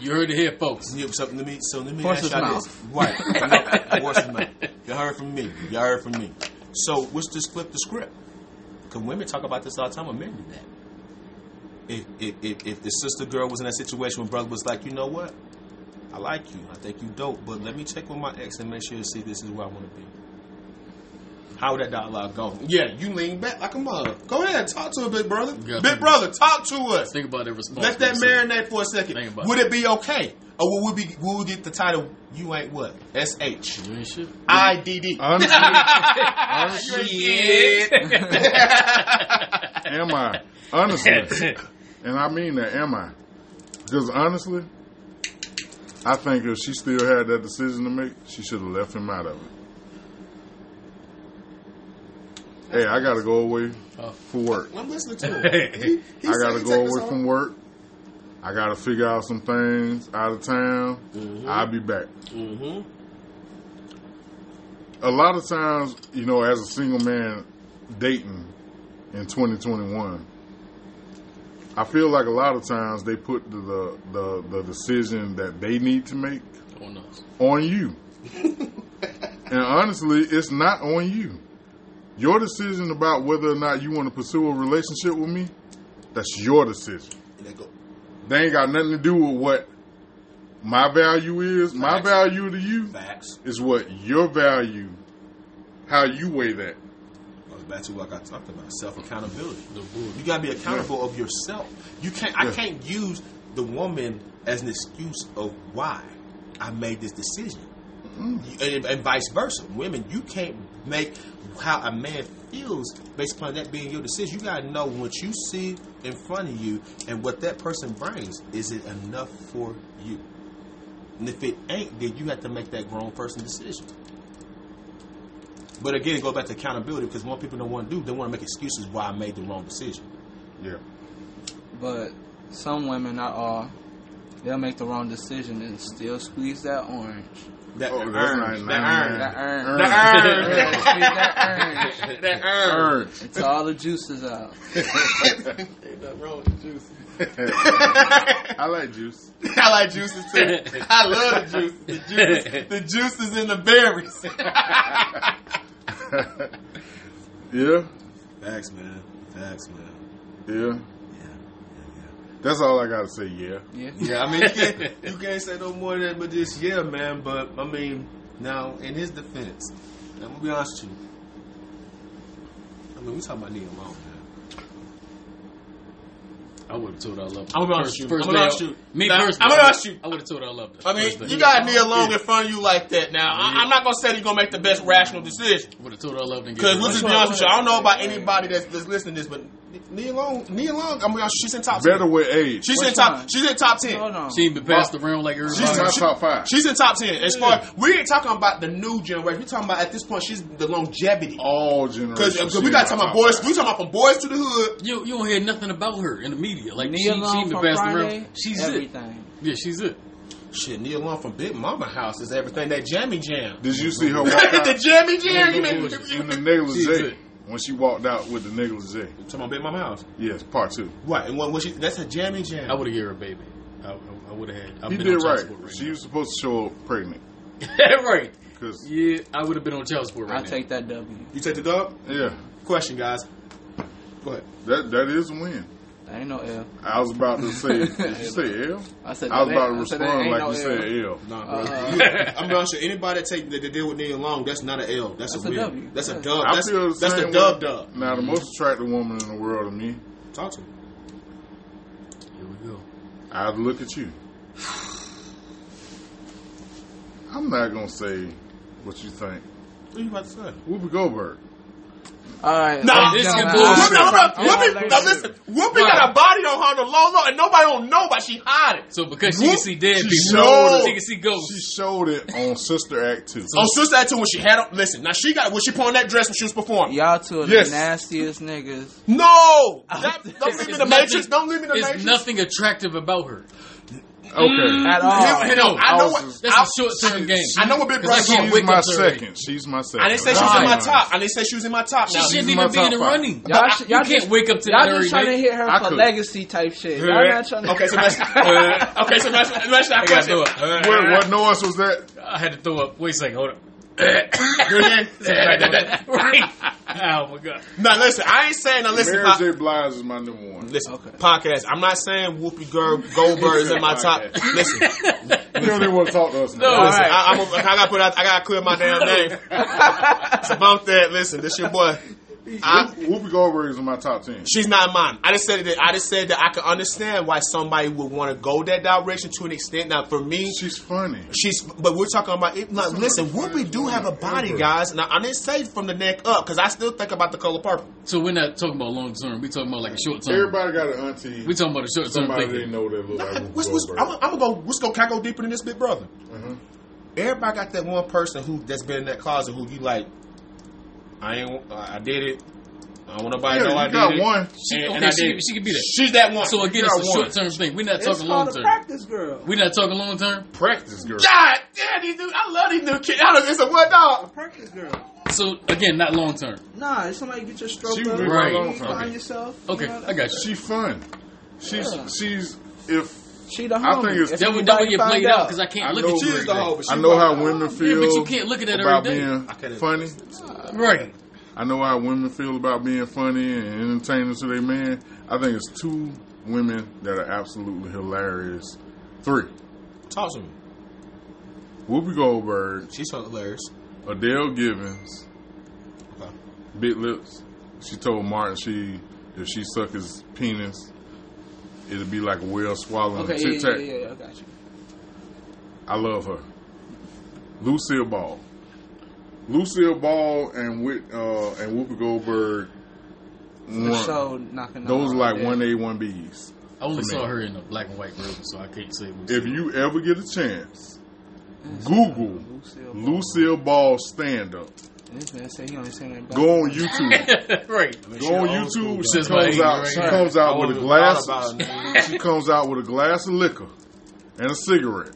D: you heard it here, folks.
A: Yeah, so let me so let me
B: Horse's
A: ask y'all
B: mouth.
A: this. Right. No, horse's mouth. You heard from me. You heard from me. So let's just flip the script. Cause women talk about this all the time, but men do that. If if, if if the sister girl was in that situation where brother was like, you know what? I like you. I think you dope, but let me check with my ex and make sure to see this is where I want to be. How would that dialogue go? Yeah, you lean back like a mother. Go ahead, talk to her, big brother.
D: Yeah.
A: Big brother, talk to us.
D: Think about that response.
A: Let that marinate for a
D: Think
A: second.
D: about
A: Would it be okay? Or would we be would we get the title You Ain't What? S H
D: You ain't shit.
A: I D D.
C: Honestly,
D: Shit.
C: am I? Honestly, and I mean that, am I? Because honestly, I think if she still had that decision to make, she should have left him out of it. Hey, I gotta go away for work.
A: I'm listening to him. He- he said
C: I gotta
A: he
C: go
A: take us
C: away
A: home.
C: from work. I gotta figure out some things out of town. I'll be back. A lot of times, you know, as a single man dating in 2021, I feel like a lot of times they put the the, the, the decision that they need to make
D: Oh no.
C: on you. And honestly, it's not on you. Your decision about whether or not you want to pursue a relationship with me, that's your decision.
A: And they go,
C: They ain't got nothing to do with what my value is. My
A: Facts.
C: value to you
A: facts.
C: is what your value, how you weigh that.
A: Goes back to what I talked about self accountability.
D: The wood.
A: You gotta be accountable of yourself. You can't. I
C: Yeah.
A: can't use the woman as an excuse of why I made this decision, You- and, and vice versa. Women, you can't make how a man feels based upon that being your decision. You gotta know what you see in front of you and what that person brings. Is it enough for you? And if it ain't, then you have to make that grown person decision. But again, go back to accountability because what people don't want to do, they want to make excuses why I made the wrong decision.
C: Yeah.
B: But some women, not all, they'll make the wrong decision and still squeeze that orange.
A: That
C: Oh,
A: earned,
C: that's not- not-
A: that
B: That
A: earned, that
B: orange. Squeeze
C: Earn.
B: that
A: earned,
B: orange.
A: that earned.
B: Until all the juices out.
D: Ain't nothing wrong with the juice.
C: I like juice.
A: I like juices too. I love the juices. The juices, the juices and the berries.
C: Yeah.
A: Facts, man. Facts, man.
C: Yeah.
A: Yeah, yeah,
C: That's all I got to say. Yeah.
B: Yeah.
A: yeah. Yeah, I mean, you can't, you can't say no more than that, but just yeah, man. But I mean, now in his defense, I'm gonna be honest with you. I mean, we talking about Nia Long, man.
D: I would have told her I loved her.
A: I'm gonna shoot. I'm gonna
D: day-
A: shoot.
D: Me
A: Nah, I'm
D: personally.
A: gonna shoot.
D: I would have told her I loved her.
A: I mean, you got Nia Long in front of you like that. Now, I, I'm not gonna say he's gonna make the best rational decision
D: Would have told her I loved her. and gave
A: because
D: her
A: let's
D: a
A: just be honest with you. I don't know about anybody that's, that's listening to this, but Nia Long, Nia Long, I mean, she's in top.
C: Better
A: 10.
C: with age.
A: She's in
B: Which
A: top.
B: one?
A: She's in top ten.
B: Hold on.
D: She ain't been passed around like everybody.
C: She's in my
A: she-
C: top five.
A: She's in top ten. As far we ain't talking about the new generation. We're talking about at this point, she's the longevity.
C: all generations.
A: Because we got to talk about boys. We talking about from boys to the hood.
D: you, you don't hear nothing about her in the media. Like she, she
B: Nia Long
D: ain't been
B: from
D: passed
B: Friday,
D: around. She's it.
B: everything.
D: Yeah, she's it.
A: Shit, Nia Long from Big Mama House is everything. That jammy jam.
C: Did you see her walk out
A: the jammy jam. You mean?
C: in the
A: Talking
C: negligee when she walked out with the negligee?
A: about Big Mama House.
C: Yes, part two.
A: Right, and what, what she, that's a jammy jam.
D: I would have given her a baby. I, I, I would have had. I've
C: He
D: been
C: did
D: on child
C: right.
D: support right
C: she
D: now.
C: was supposed to show up pregnant.
D: right.
C: 'Cause-
D: yeah, I would have been on child support right
B: I
D: now.
B: take that W.
A: You take the dub?
C: Yeah,
A: Question, guys. Go ahead.
C: that that is a win.
B: There ain't no L.
C: I was about to say, did you say L?
B: I said,
C: I was
B: that
C: about to
B: ain't- I said, that
C: respond
B: ain't
C: like
B: no
C: you said
B: L.
C: L.
A: Nah, bro.
B: Uh,
A: You- I'm not sure anybody that take that, that deal with Nia Long. That's not an L. That's,
B: That's
A: a
B: a
A: win.
B: W.
A: That's a
B: Yeah.
A: dub.
C: I
A: That's,
C: feel the
A: that's
C: same
A: a dub
C: way.
A: dub.
C: Now,
B: Mm-hmm.
C: the most attractive woman in the world to me,
A: Talk to me.
D: Here we go.
C: I'd look at you. I'm not gonna say what you think.
A: What are you about to say?
C: Whoopi Goldberg.
B: All right.
A: Nah,
D: this
B: Nah,
D: is
B: nah,
D: bullshit.
B: nah,
A: Whoopi,
B: nah,
A: hold
B: nah,
A: up.
B: nah,
A: Whoopi, now
B: nah.
A: listen, Whoopi got a body on her on the low low, and nobody don't know, but she hide it.
D: So because she can see dead
C: She
D: people,
C: showed-
D: she can see ghosts.
C: She showed it on Sister Act 2.
B: Mm.
A: On Sister Act 2, when she had on, listen, now she got, when she put on that dress when she was performing.
B: Y'all two are
C: Yes.
B: the nastiest niggas.
A: No! That, don't leave me
D: It's
A: the Matrix.
D: nothing-
A: Don't leave me the
D: There's
A: Matrix.
D: nothing attractive about her.
A: mm.
C: Okay.
B: At all.
A: Hell, hell, I know what,
C: That's
D: That's
A: I-
D: a short-term game.
A: I know what Big Brother
D: Because I
A: said.
D: can't
C: She's
D: wake
C: my
D: up to her.
C: second. She's my second.
A: I didn't say she was in my
C: Why?
A: top. I didn't say she was in my top.
D: She
A: Now,
D: shouldn't
C: she's my
D: even be in
C: top
D: the
C: five.
D: running.
B: Y'all,
D: I-
B: sh- y'all
D: you can't
B: just,
D: wake up to
B: y'all
D: that every
B: just trying to
D: day.
B: hit her
C: I
B: for
C: could.
B: legacy type shit. Y'all not trying to.
A: Okay, so that's okay. So that's that's that
D: I gotta
A: question.
D: throw up.
C: What, what noise was that?
D: I had to throw up. Wait a second. Hold up.
A: Right.
D: right. Oh my god.
A: Now listen, I ain't saying now listen.
C: Mary
A: Pop,
C: J. Blige is my number one.
A: listen,
B: Okay.
A: podcast. I'm not saying Whoopi Ger- Goldberg is in my top.
C: Podcast.
A: Listen, listen.
C: You don't even want to talk to us now.
D: No.
B: All right.
A: I, I'm a, I gotta put out. I gotta clear my damn name. it's about that. Listen, this your boy. I,
C: Whoopi Goldberg is in my top ten.
A: she's not mine. I just said that. I just said that I can understand why somebody would want to go that direction to an extent. Now for me,
C: She's funny.
A: She's, but we're talking about it. Like, listen, Whoopi do have a body, guys. Now I didn't say from the neck up because I still think about the color purple.
D: So we're not talking about long term. We're talking about like a short term.
C: Everybody got an auntie.
D: We're talking about a short term
C: Somebody they
D: thing.
C: know that look like Whoopi
A: What's, what's,
C: Goldberg. Mm-hmm.
A: I'm, I'm gonna go. Let's go. Can I go deeper than this, big brother? Everybody got that one person who that's been in that closet who you like. I ain't. I did it. I don't want nobody
C: Yeah,
A: to know I
C: you got
A: did it.
C: one.
D: She,
A: And,
D: okay,
A: and I
D: she,
A: did. it.
D: she could be that.
A: She's that one.
D: So
A: You
D: again, it's
A: got
D: a
A: one.
D: short term thing. We're not
B: It's
D: talking
B: called
D: long
B: a
D: term.
B: practice girl.
D: We're not talking long term.
C: Practice girl.
A: God damn, these dudes, I love these new kids. I don't, it's a what
B: A
A: dog.
B: practice girl.
D: So again, not long term.
B: Nah, it's somebody get your stroke
C: She
B: up.
C: was
D: Right.
B: You
D: Okay.
B: find yourself. you
D: Okay,
B: know,
D: I got you.
C: She fun. She's
B: Yeah.
C: she's if
B: She the
C: I
B: homie.
C: think it's-
B: If
D: That would that
B: anybody
D: would get
B: find
D: played
B: out-
D: out because I can't
A: I
D: look
A: know
D: at you.
A: she is the
D: every
A: hoe,
D: day.
A: but she
C: I know
A: not
C: how
A: the hoe.
C: women
D: Yeah,
C: feel
D: but you can't look at that
C: about
D: every day.
C: being
A: I can't
C: funny.
D: Right.
C: I know how women feel about being funny and entertaining to their man. I think it's two women that are absolutely hilarious. Three.
A: Talk to me.
C: Whoopi Goldberg,
A: She's hilarious.
C: Adele Givens,
A: Okay.
C: Big Lips. She told Martin she if she suck his penis, it'd be like a whale swallowing
B: Okay,
C: a
B: yeah,
C: tic
B: yeah,
C: tac.
B: yeah, yeah, I got you.
C: I love her. Lucille Ball. Lucille Ball and Whit, uh, and Whoopi Goldberg.
B: The
C: won-
B: show knocking
C: those
B: on
C: like
B: there.
C: one A one Bs.
D: I only
C: For me.
D: saw her in a black and white version, so I can't say. What
C: If
D: she-
C: you ever get a chance, Google
B: Lucille. Ball.
C: Lucille Ball stand up.
B: This man said he only seen that.
C: Go on YouTube.
D: right,
C: Go on YouTube. She
D: Since my
C: comes
D: age,
C: out. She
D: right.
C: comes out with a glass.
A: glass.
C: She comes out with a glass of liquor and a cigarette,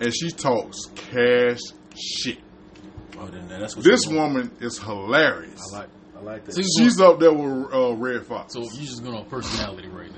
C: and she talks cash shit. This woman is hilarious.
A: I like, I like that.
D: so, you
C: She's up there with uh, Red Fox.
D: so you're just going on personality right now.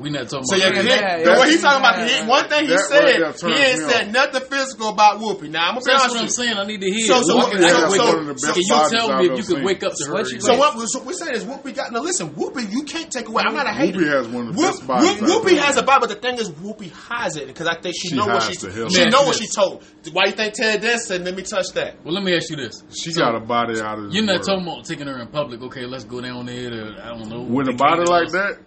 D: We're not talking
A: So yeah,
D: about.
A: 'cause
B: Yeah,
A: that,
B: yeah,
A: the way
B: yeah.
A: he's talking about, he, one thing he
C: That right
A: said,
C: there turns
A: he ain't
C: me
A: said
C: on.
A: nothing physical about Whoopi. Now I'm gonna be
D: That's
A: honest.
D: what I'm
A: with you.
D: saying. I need to hear.
A: So- so
D: What
A: what-
D: can I
A: so-
D: wake
A: so-
D: up-
A: one of the
C: best
D: can you
C: bodies
D: tell me
C: I've
D: if
C: ever
D: you could
C: seen.
D: wake up to her?
B: What you
D: and
A: So
B: Right.
A: what we're, so we're saying is Whoopi got now listen, Whoopi, you can't take away. I'm not a hater.
C: Whoopi has one of the
A: Whoop-
C: best
A: Whoop-
C: bodies I've
A: Whoopi
C: ever
A: has
C: seen.
A: a body, but the thing is, Whoopi hides it because I think she,
C: She
A: know what she
C: hides the hell
A: she
D: out of
A: know
D: it.
A: what she told. Why you think Ted Dance said? Let me touch that.
D: Well, let me ask you this.
C: She
D: So,
C: got a body out of this
D: You're not
C: world.
D: talking about taking her in public. Okay, let's go down there. To, I don't know.
C: With a
D: Bikini
C: body like
D: House.
C: that,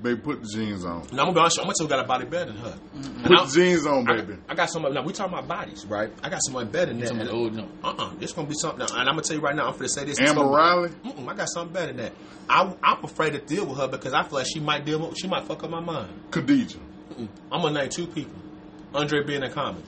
C: they put the jeans on.
A: Now I'm gonna be honest, with you, I'm gonna tell you, got a body better than her.
C: Put the jeans on,
A: I,
C: baby.
A: I got somebody. Now we talking about bodies, right? I got somebody better than
D: You talking
A: that.
D: about old no.
A: Uh uh This gonna be something. Now, and I'm gonna tell you right now. I'm gonna say this. It's
C: Amber
A: gonna be-
C: Riley.
A: Mm-mm, I got something better than that. I, I'm afraid to deal with her because I feel like she might deal. With, she might fuck up my mind.
C: Khadijah.
A: Mm-mm. I'm gonna name two people: Andre being a common.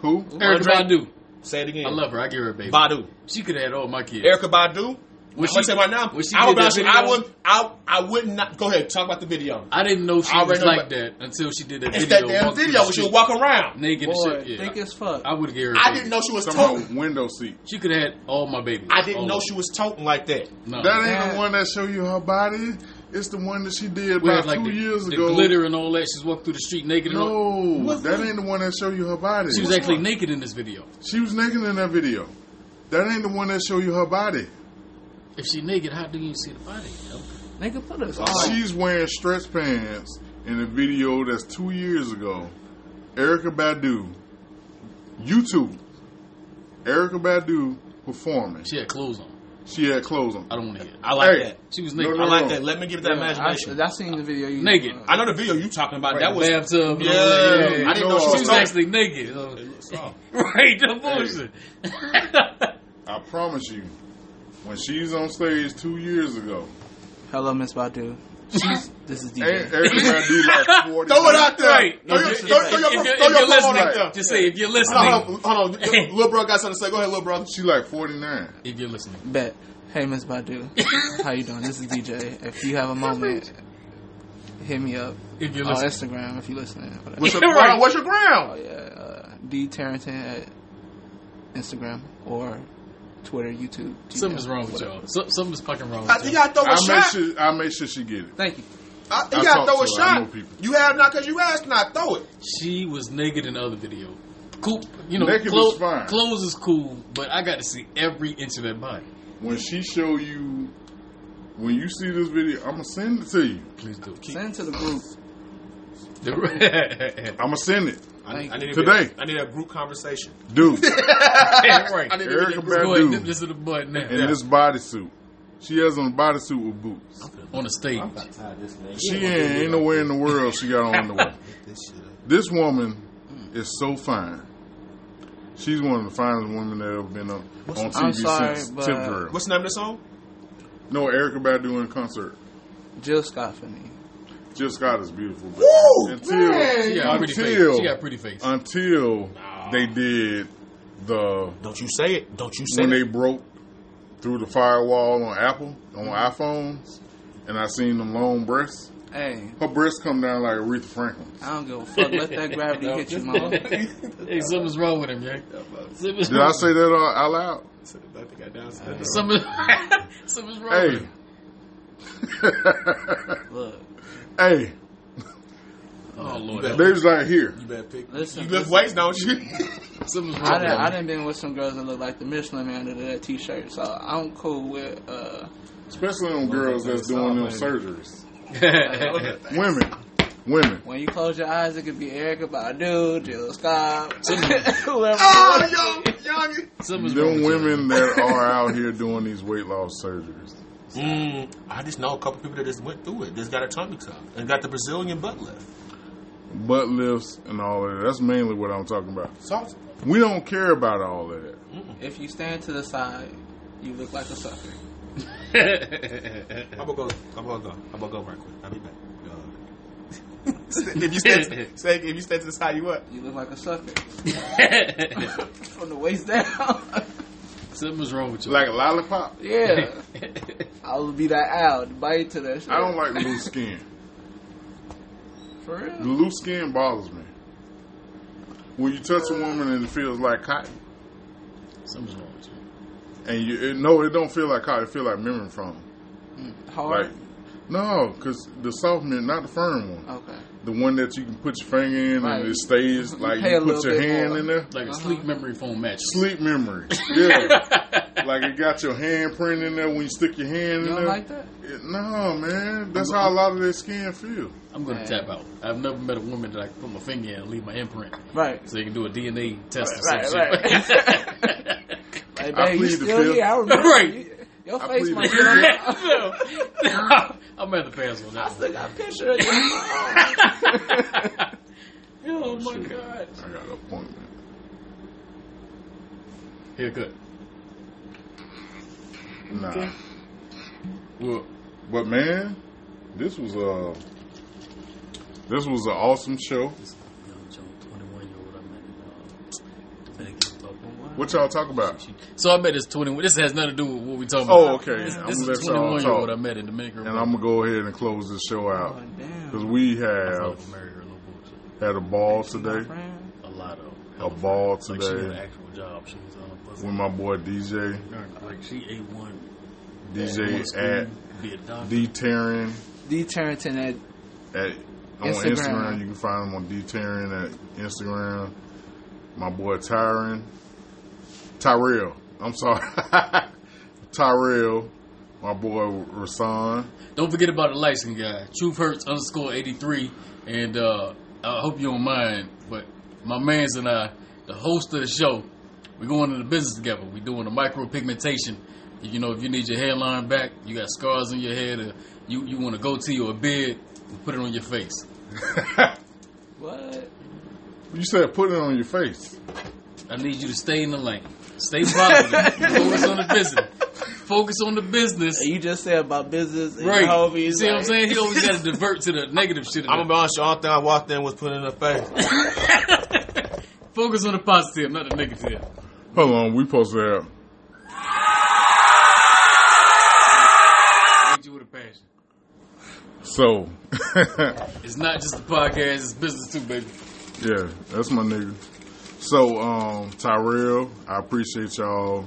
C: Who?
D: Erica
A: Andre-
D: Badu.
A: Say it again.
D: I love her. I give her a baby.
A: Badu.
D: She could have had all my kids.
A: Erica Badu.
D: When
A: I'm gonna
D: she-
A: say right now.
D: when she
A: I would be
D: did that
A: honest with you, I
D: video-
A: would. I I would not. Go ahead. Talk about the video.
D: I didn't know she
A: I already
D: was
A: know
D: like that until she did that
A: It's that
D: video.
A: damn
D: walking
A: video
D: the
A: where she
D: street,
A: was walking around.
D: naked
B: Boy,
D: and shit.
B: thick
D: Yeah.
B: as fuck.
D: I would give her. a
A: I
D: baby.
A: didn't know she was
C: Talking
A: toting.
C: about window seat.
D: She could have had all my babies.
A: I didn't
D: All
A: know
D: of
A: she
D: them.
A: was toting like that.
D: No.
C: That ain't
B: Yeah.
C: the one that show you her body. It's the one that she did
D: We
C: about
D: had, like,
C: two
D: the,
C: years
D: the
C: ago.
D: glitter and all that. She's walking through the street naked. and all.
C: No,
A: What's
C: that
A: that?
C: ain't the one that show you her body.
D: She was actually naked in this video.
C: She was naked in that video. That ain't the one that show you her body.
D: If she naked, how do you see the body? Oh,
B: Nigga, put us
A: Oh.
B: on.
C: She's wearing stretch pants in a video that's two years ago. Erica Badu, YouTube. Erica Badu performing.
D: She had clothes on.
C: She had clothes on.
D: I don't want to hear. it.
A: I like
C: Hey.
A: that.
D: She was naked.
C: No, no,
A: I
D: I
A: like
D: like
A: that. Let me give it that
B: I,
A: imagination.
B: I seen the video. You,
D: Naked.
A: I know the video you talking about.
D: that.
A: that was
D: bathtub.
A: Yeah,
D: yeah.
A: I didn't know
C: No,
A: she
D: She
A: was
D: was
A: toting.
D: actually naked.
A: It looks soft.
D: right, the bullshit.
C: I promise you, when she's on stage two years ago,
B: uh, Hello, Miss Badu. this is
C: Ain't
B: DJ.
C: Erica Badu like 40.
A: Throw it out there.
D: Right.
A: Throw your,
B: If-
A: throw,
B: if-
A: throw your,
D: if, you're,
A: throw
D: if
A: your
D: you're
A: phone out
D: listening,
A: there.
D: just say if you're listening.
A: Hold on, hold on. Little bro got something to say. Go ahead, little bro.
C: She like 49.
D: If you're listening,
B: Bet. Hey, Miss Badu. How you doing? This is DJ. If you have a moment, hit me up
D: if you're
B: on
D: listening,
B: Instagram if you listening. Whatever.
A: What's your
D: Right.
A: ground? What's your ground?
B: Oh, yeah, uh, D Tarrington at Instagram or Twitter, YouTube. Gmail,
D: something's wrong with
B: whatever.
D: y'all. So, something's fucking wrong
A: I,
D: with
A: you
D: y'all.
A: gotta throw a
C: I make
A: shot.
C: sure I make sure she get it.
B: Thank you.
A: I, you
C: I
A: gotta
C: talk
A: throw a
C: to her. I know
A: shot.
C: people.
A: You have not because you asked not. Throw it.
D: She was naked in the other video. Cool, you know,
C: Naked
D: clo-
C: was fine.
D: clothes is cool, but I got to see every inch of that body.
C: When she show you, when you see this video, I'm gonna send it to you.
D: Please do. Keep
B: Send it to the group.
D: the
C: I'm gonna send it,
B: Thank
A: I need
C: you. Today.
A: A, I need a group conversation.
C: dude.
D: right.
A: I need to
C: Erica
A: get
D: Go ahead, nip
C: Badu
D: this to the butt
C: in
D: now
C: this bodysuit. She has on a bodysuit with boots.
D: on the stage.
C: She ain't, ain't nowhere in the world she got on the way. This woman is so fine. She's one of the finest women that ever been on, on
B: I'm
C: TV
B: sorry,
C: since
B: but-
C: Tip Girl.
A: What's the name of the song?
C: No, Erica Badu in concert.
B: Jill Scott for me.
C: Jill Scott is beautiful. but
A: Woo,
C: until
A: man.
D: She got a pretty face.
C: Until-
D: She got a pretty face.
C: until they did the
A: Don't you say it. Don't you say
C: when they
A: it.
C: broke through the firewall on Apple on
A: Mm-hmm.
C: iPhones, and I seen them long breasts.
B: Hey,
C: Her breasts come down like Aretha Franklin.
B: I don't give a fuck. Let that gravity hit you, mama.
D: hey, something's wrong with him, yeah. Something's
C: Did I say that uh, out loud?
A: I think I down-
D: Something, something's wrong with
C: Hey,
D: him.
B: Look,
C: hey,
D: Oh lord,
A: better-
C: They was like, here.
A: You better pick.
B: Listen,
A: you lift
B: listen.
A: weights, don't you?
D: something's
B: I
D: wrong.
B: done, I
D: with me.
B: done been with some girls that look like the Michelin Man under that T-shirt, so I'm cool with. uh
C: Especially on girls that's doing them surgeries. Women. Women.
B: When you close your eyes, it could be Erica Badu, Jill Scott, whoever.
A: oh, yo, young.
D: Something's wrong.
C: Them
D: with you.
C: women that are out here doing these weight loss surgeries.
A: Mm, I just know a couple people that just went through it. Just got a tummy tuck and got the Brazilian butt lift.
C: Butt lifts and all of that. That's mainly what I'm talking about.
A: Sauce.
C: We don't care about all of that.
B: If you stand to the side, you look like a sucker.
A: I'm gonna go. I'm gonna go. I'm gonna go right quick. I'll be back. Uh, if you stand, say, if you stand to the side, you what?
B: You look like a sucker from the waist down.
D: Something's wrong with you.
C: Like a lollipop.
B: yeah, I will be that owl, bite to that. Shit.
C: I don't like loose skin.
B: for
C: The
B: real.
C: loose skin bothers me. When you touch a woman and it feels like cotton,
D: Something's wrong with you.
C: and you it, no, it don't feel like cotton. It feel like memory foam. Like
B: Hard.
C: no, because the soft mint, not the firm one.
B: okay.
C: The one that you can put your finger in
B: Oh. Right.
C: and it stays.
B: You
C: Like
B: pay
C: you
B: a
C: put
B: little
C: your
B: bit
C: hand
B: more.
C: in there.
D: Like a sleep memory foam match.
C: Sleep memory. Yeah. like it got your handprint in there when you stick your
B: You
C: hand in
B: don't
C: there.
B: like that?
C: It- no, man. That's how a lot of their skin feel.
D: I'm gonna
B: Man.
D: tap out. I've never met a woman that I can put my finger in and leave my imprint,
B: Right.
D: so they can do a DNA test
B: Right,
D: or some shit.
B: Like,
C: I
B: babe, you
C: plead the
B: still
C: fifth.
B: here? I remember.
D: Right.
B: you. Your
C: I
B: face
C: plead
B: might
C: the
B: be on
C: fifth.
B: there.
D: I'm at the pass on
B: I
D: that.
B: still got a picture of you.
D: one. Oh my god.
C: I got an appointment.
D: Haircut.
C: Nah.
D: Well,
C: But man, this was a this was an awesome show. What y'all talk about?
D: so I met this 21. This has nothing to do with what we talking
C: Oh,
D: about.
C: okay. I'm
D: This
C: gonna
D: is
C: let
D: a 21
C: y'all
D: year old I
C: talk,
D: met in Dominican
C: and I'm gonna go ahead and close this show out
B: Oh,
C: because
B: damn.
C: we
D: gonna
C: have
D: marry her. No bullshit.
C: had a ball
B: My
C: today
B: friend.
D: A lot of
C: A ball
D: Like she had an
C: today.
D: actual job. She was uh, on a bus.
C: with my boy DJ,
D: Like she ate one.
C: DJ
D: one spoon,
C: at
D: be a doctor.
C: D Terran
B: D. Turrington at
C: at on Instagram.
B: Instagram.
C: You can find him on D Terran at Instagram. My boy Tyron. Tyrell. I'm sorry. Tyrell. My boy Rasan.
D: Don't forget about the light skin guy, Truth Hurts underscore eighty three, and uh, I hope you don't mind, but my man's and I, the host of the show, we're going into business together. We're doing a micropigmentation. You know, if you need your hairline back, you got scars on your head, or you you want a goatee or a beard, we put it on your face.
B: what?
C: You said put it on your face.
D: I need you to stay in the lane, stay positive, focus on the business, focus on the business.
B: You just said about business and
D: Right,
B: your homies.
D: see what I'm
B: like-
D: saying? He always got to divert to the negative shit.
A: I'm gonna be honest. The only thing I walked in was put in her face.
D: Focus on the positive, not the negative.
C: Hold on, we supposed to have
D: Treat you with a passion.
C: so
D: It's not just a podcast, it's business too, baby.
C: yeah, that's my nigga. So um Tyrell, I appreciate y'all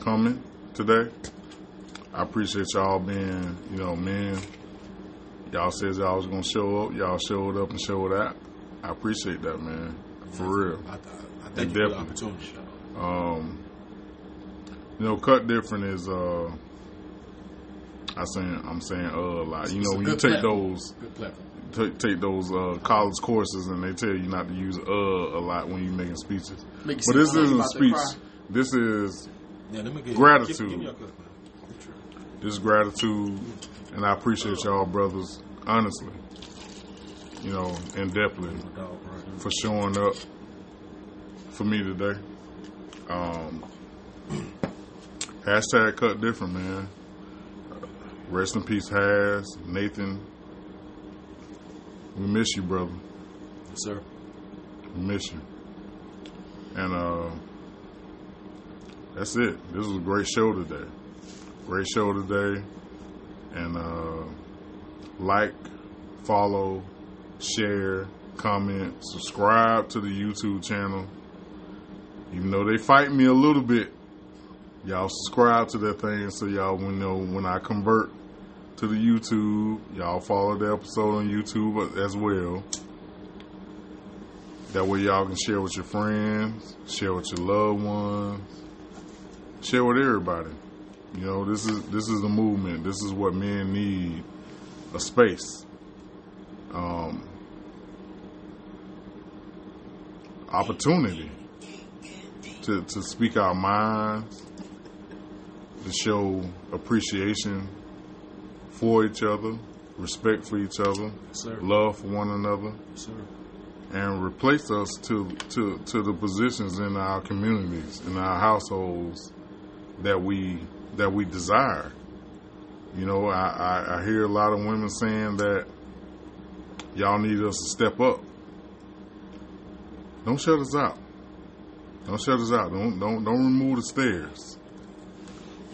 C: coming today. I appreciate y'all being, you know, men. Y'all says y'all was gonna show up, y'all showed up and showed out. I appreciate that man. For real.
A: I, I, I thank you for the opportunity.
C: Um, you know, cut different is uh, I saying I'm saying uh a lot. You
D: It's
C: know,
D: a
C: when you
D: good
C: take
D: platform.
C: those
D: Good platform.
C: ta take those uh, college courses and they tell you not to use uh a lot when you're making speeches.
D: Make you seem
C: But this
D: like
C: isn't a
B: about to
C: speech.
B: cry.
C: This is
A: Yeah, let me get
C: Gratitude.
A: Give, give me your cup, man.
C: this is gratitude, and I appreciate y'all, brothers. Honestly, you know, and depthly.
A: Dog, right.
C: for showing up for me today. Um, hashtag cut different, man. Rest in peace, Has Nathan. We miss you, brother.
A: sir.
C: We miss you. And uh, that's it. This was a great show today. Great show today. And uh, like, follow, share, comment, subscribe to the YouTube channel. Even though they fight me a little bit, y'all subscribe to that thing so y'all will know when I convert to the YouTube. Y'all follow the episode on YouTube as well. That way, y'all can share with your friends, share with your loved ones, share with everybody. You know, this is this is the movement. This is what men need: a space. Um, opportunity to, to speak our minds, to show appreciation for each other, respect for each other,
D: sir.
C: love for one another,
D: sir.
C: and replace us to, to, to the positions in our communities, in our households that we that we desire. You know, I, I, I hear a lot of women saying that y'all need us to step up. Don't shut us out. Don't shut us out. Don't don't don't remove the stairs.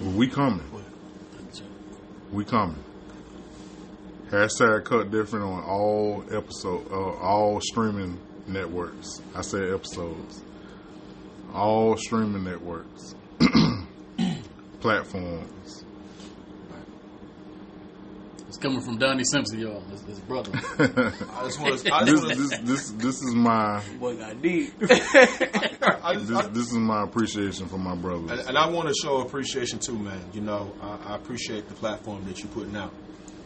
C: We coming. We coming. Hashtag cut different on all episode, uh, all streaming networks. I said episodes. All streaming networks, platforms.
D: It's coming from Donnie Simpson, y'all. His, his brother.
C: this,
A: I just want to. I just want to.
C: this, this, this is my
B: Boy got deep.
A: I just,
C: this,
A: I,
C: this is my appreciation for my brothers.
A: and, and I want to show appreciation too, man. You know, I, I appreciate the platform that you're putting out.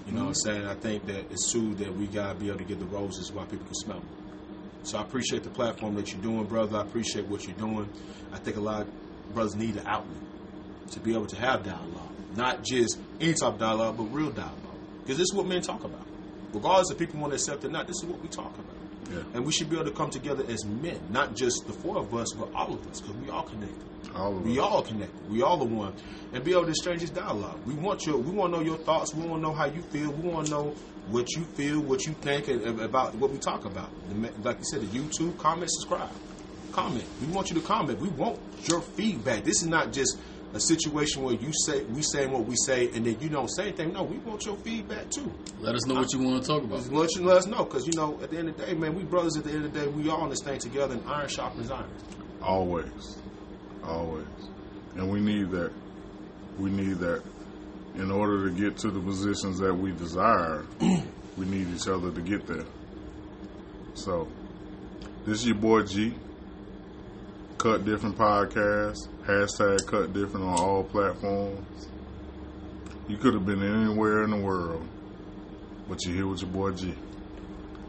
A: You know what I'm
C: Mm-hmm.
A: saying? I think that it's true that we got to be able to get the roses while people can smell them. So I appreciate the platform that you're doing, brother. I appreciate what you're doing. I think a lot of brothers need an outlet to be able to have dialogue, not just any type of dialogue, but real dialogue. Because this is what men talk about. Regardless if people want to accept it or not, this is what we talk about.
C: Yeah.
A: And we should be able to come together as men, not just the four of us, but all of us, because we all connected.
C: All of
A: We
C: us.
A: all connected. We all are one, and be able to exchange this dialogue. We want your, we want to know your thoughts. We want to know how you feel. We want to know what you feel, what you think, and, and about what we talk about. The ma- Like you said, the YouTube comment, subscribe, comment. We want you to comment. We want your feedback. This is not just a situation where you say we saying what we say, and then you don't say anything. No, we want your feedback too.
D: Let us know what you want to talk about.
A: Just want you to let us know, because you know, at the end of the day, man, we brothers. At the end of the day, we all in this thing together, and iron sharpens iron.
C: Always. Always. And we need that. We need that. In order to get to the positions that we desire, we need each other to get there. So, this is your boy G. Cut Different Podcast. Hashtag Cut Different on all platforms. You could have been anywhere in the world, but you're here with your boy G.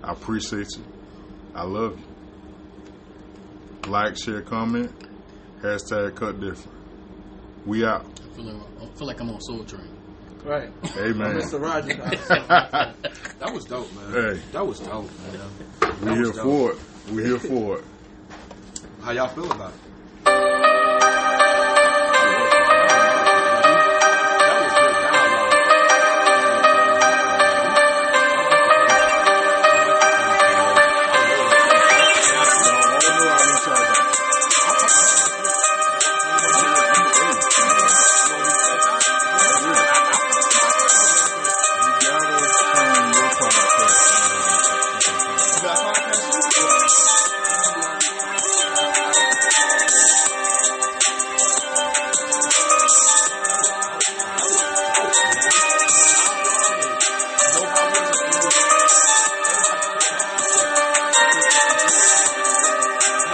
C: I appreciate you. I love you like, share, comment, hashtag cut different. We out.
D: I feel like, I feel like I'm on Soul Train.
B: right.
C: Amen.
B: Mr. Rogers.
A: That was dope, man.
C: Hey.
A: That was dope, man.
C: We here for it. We here for it.
A: How y'all feel about it?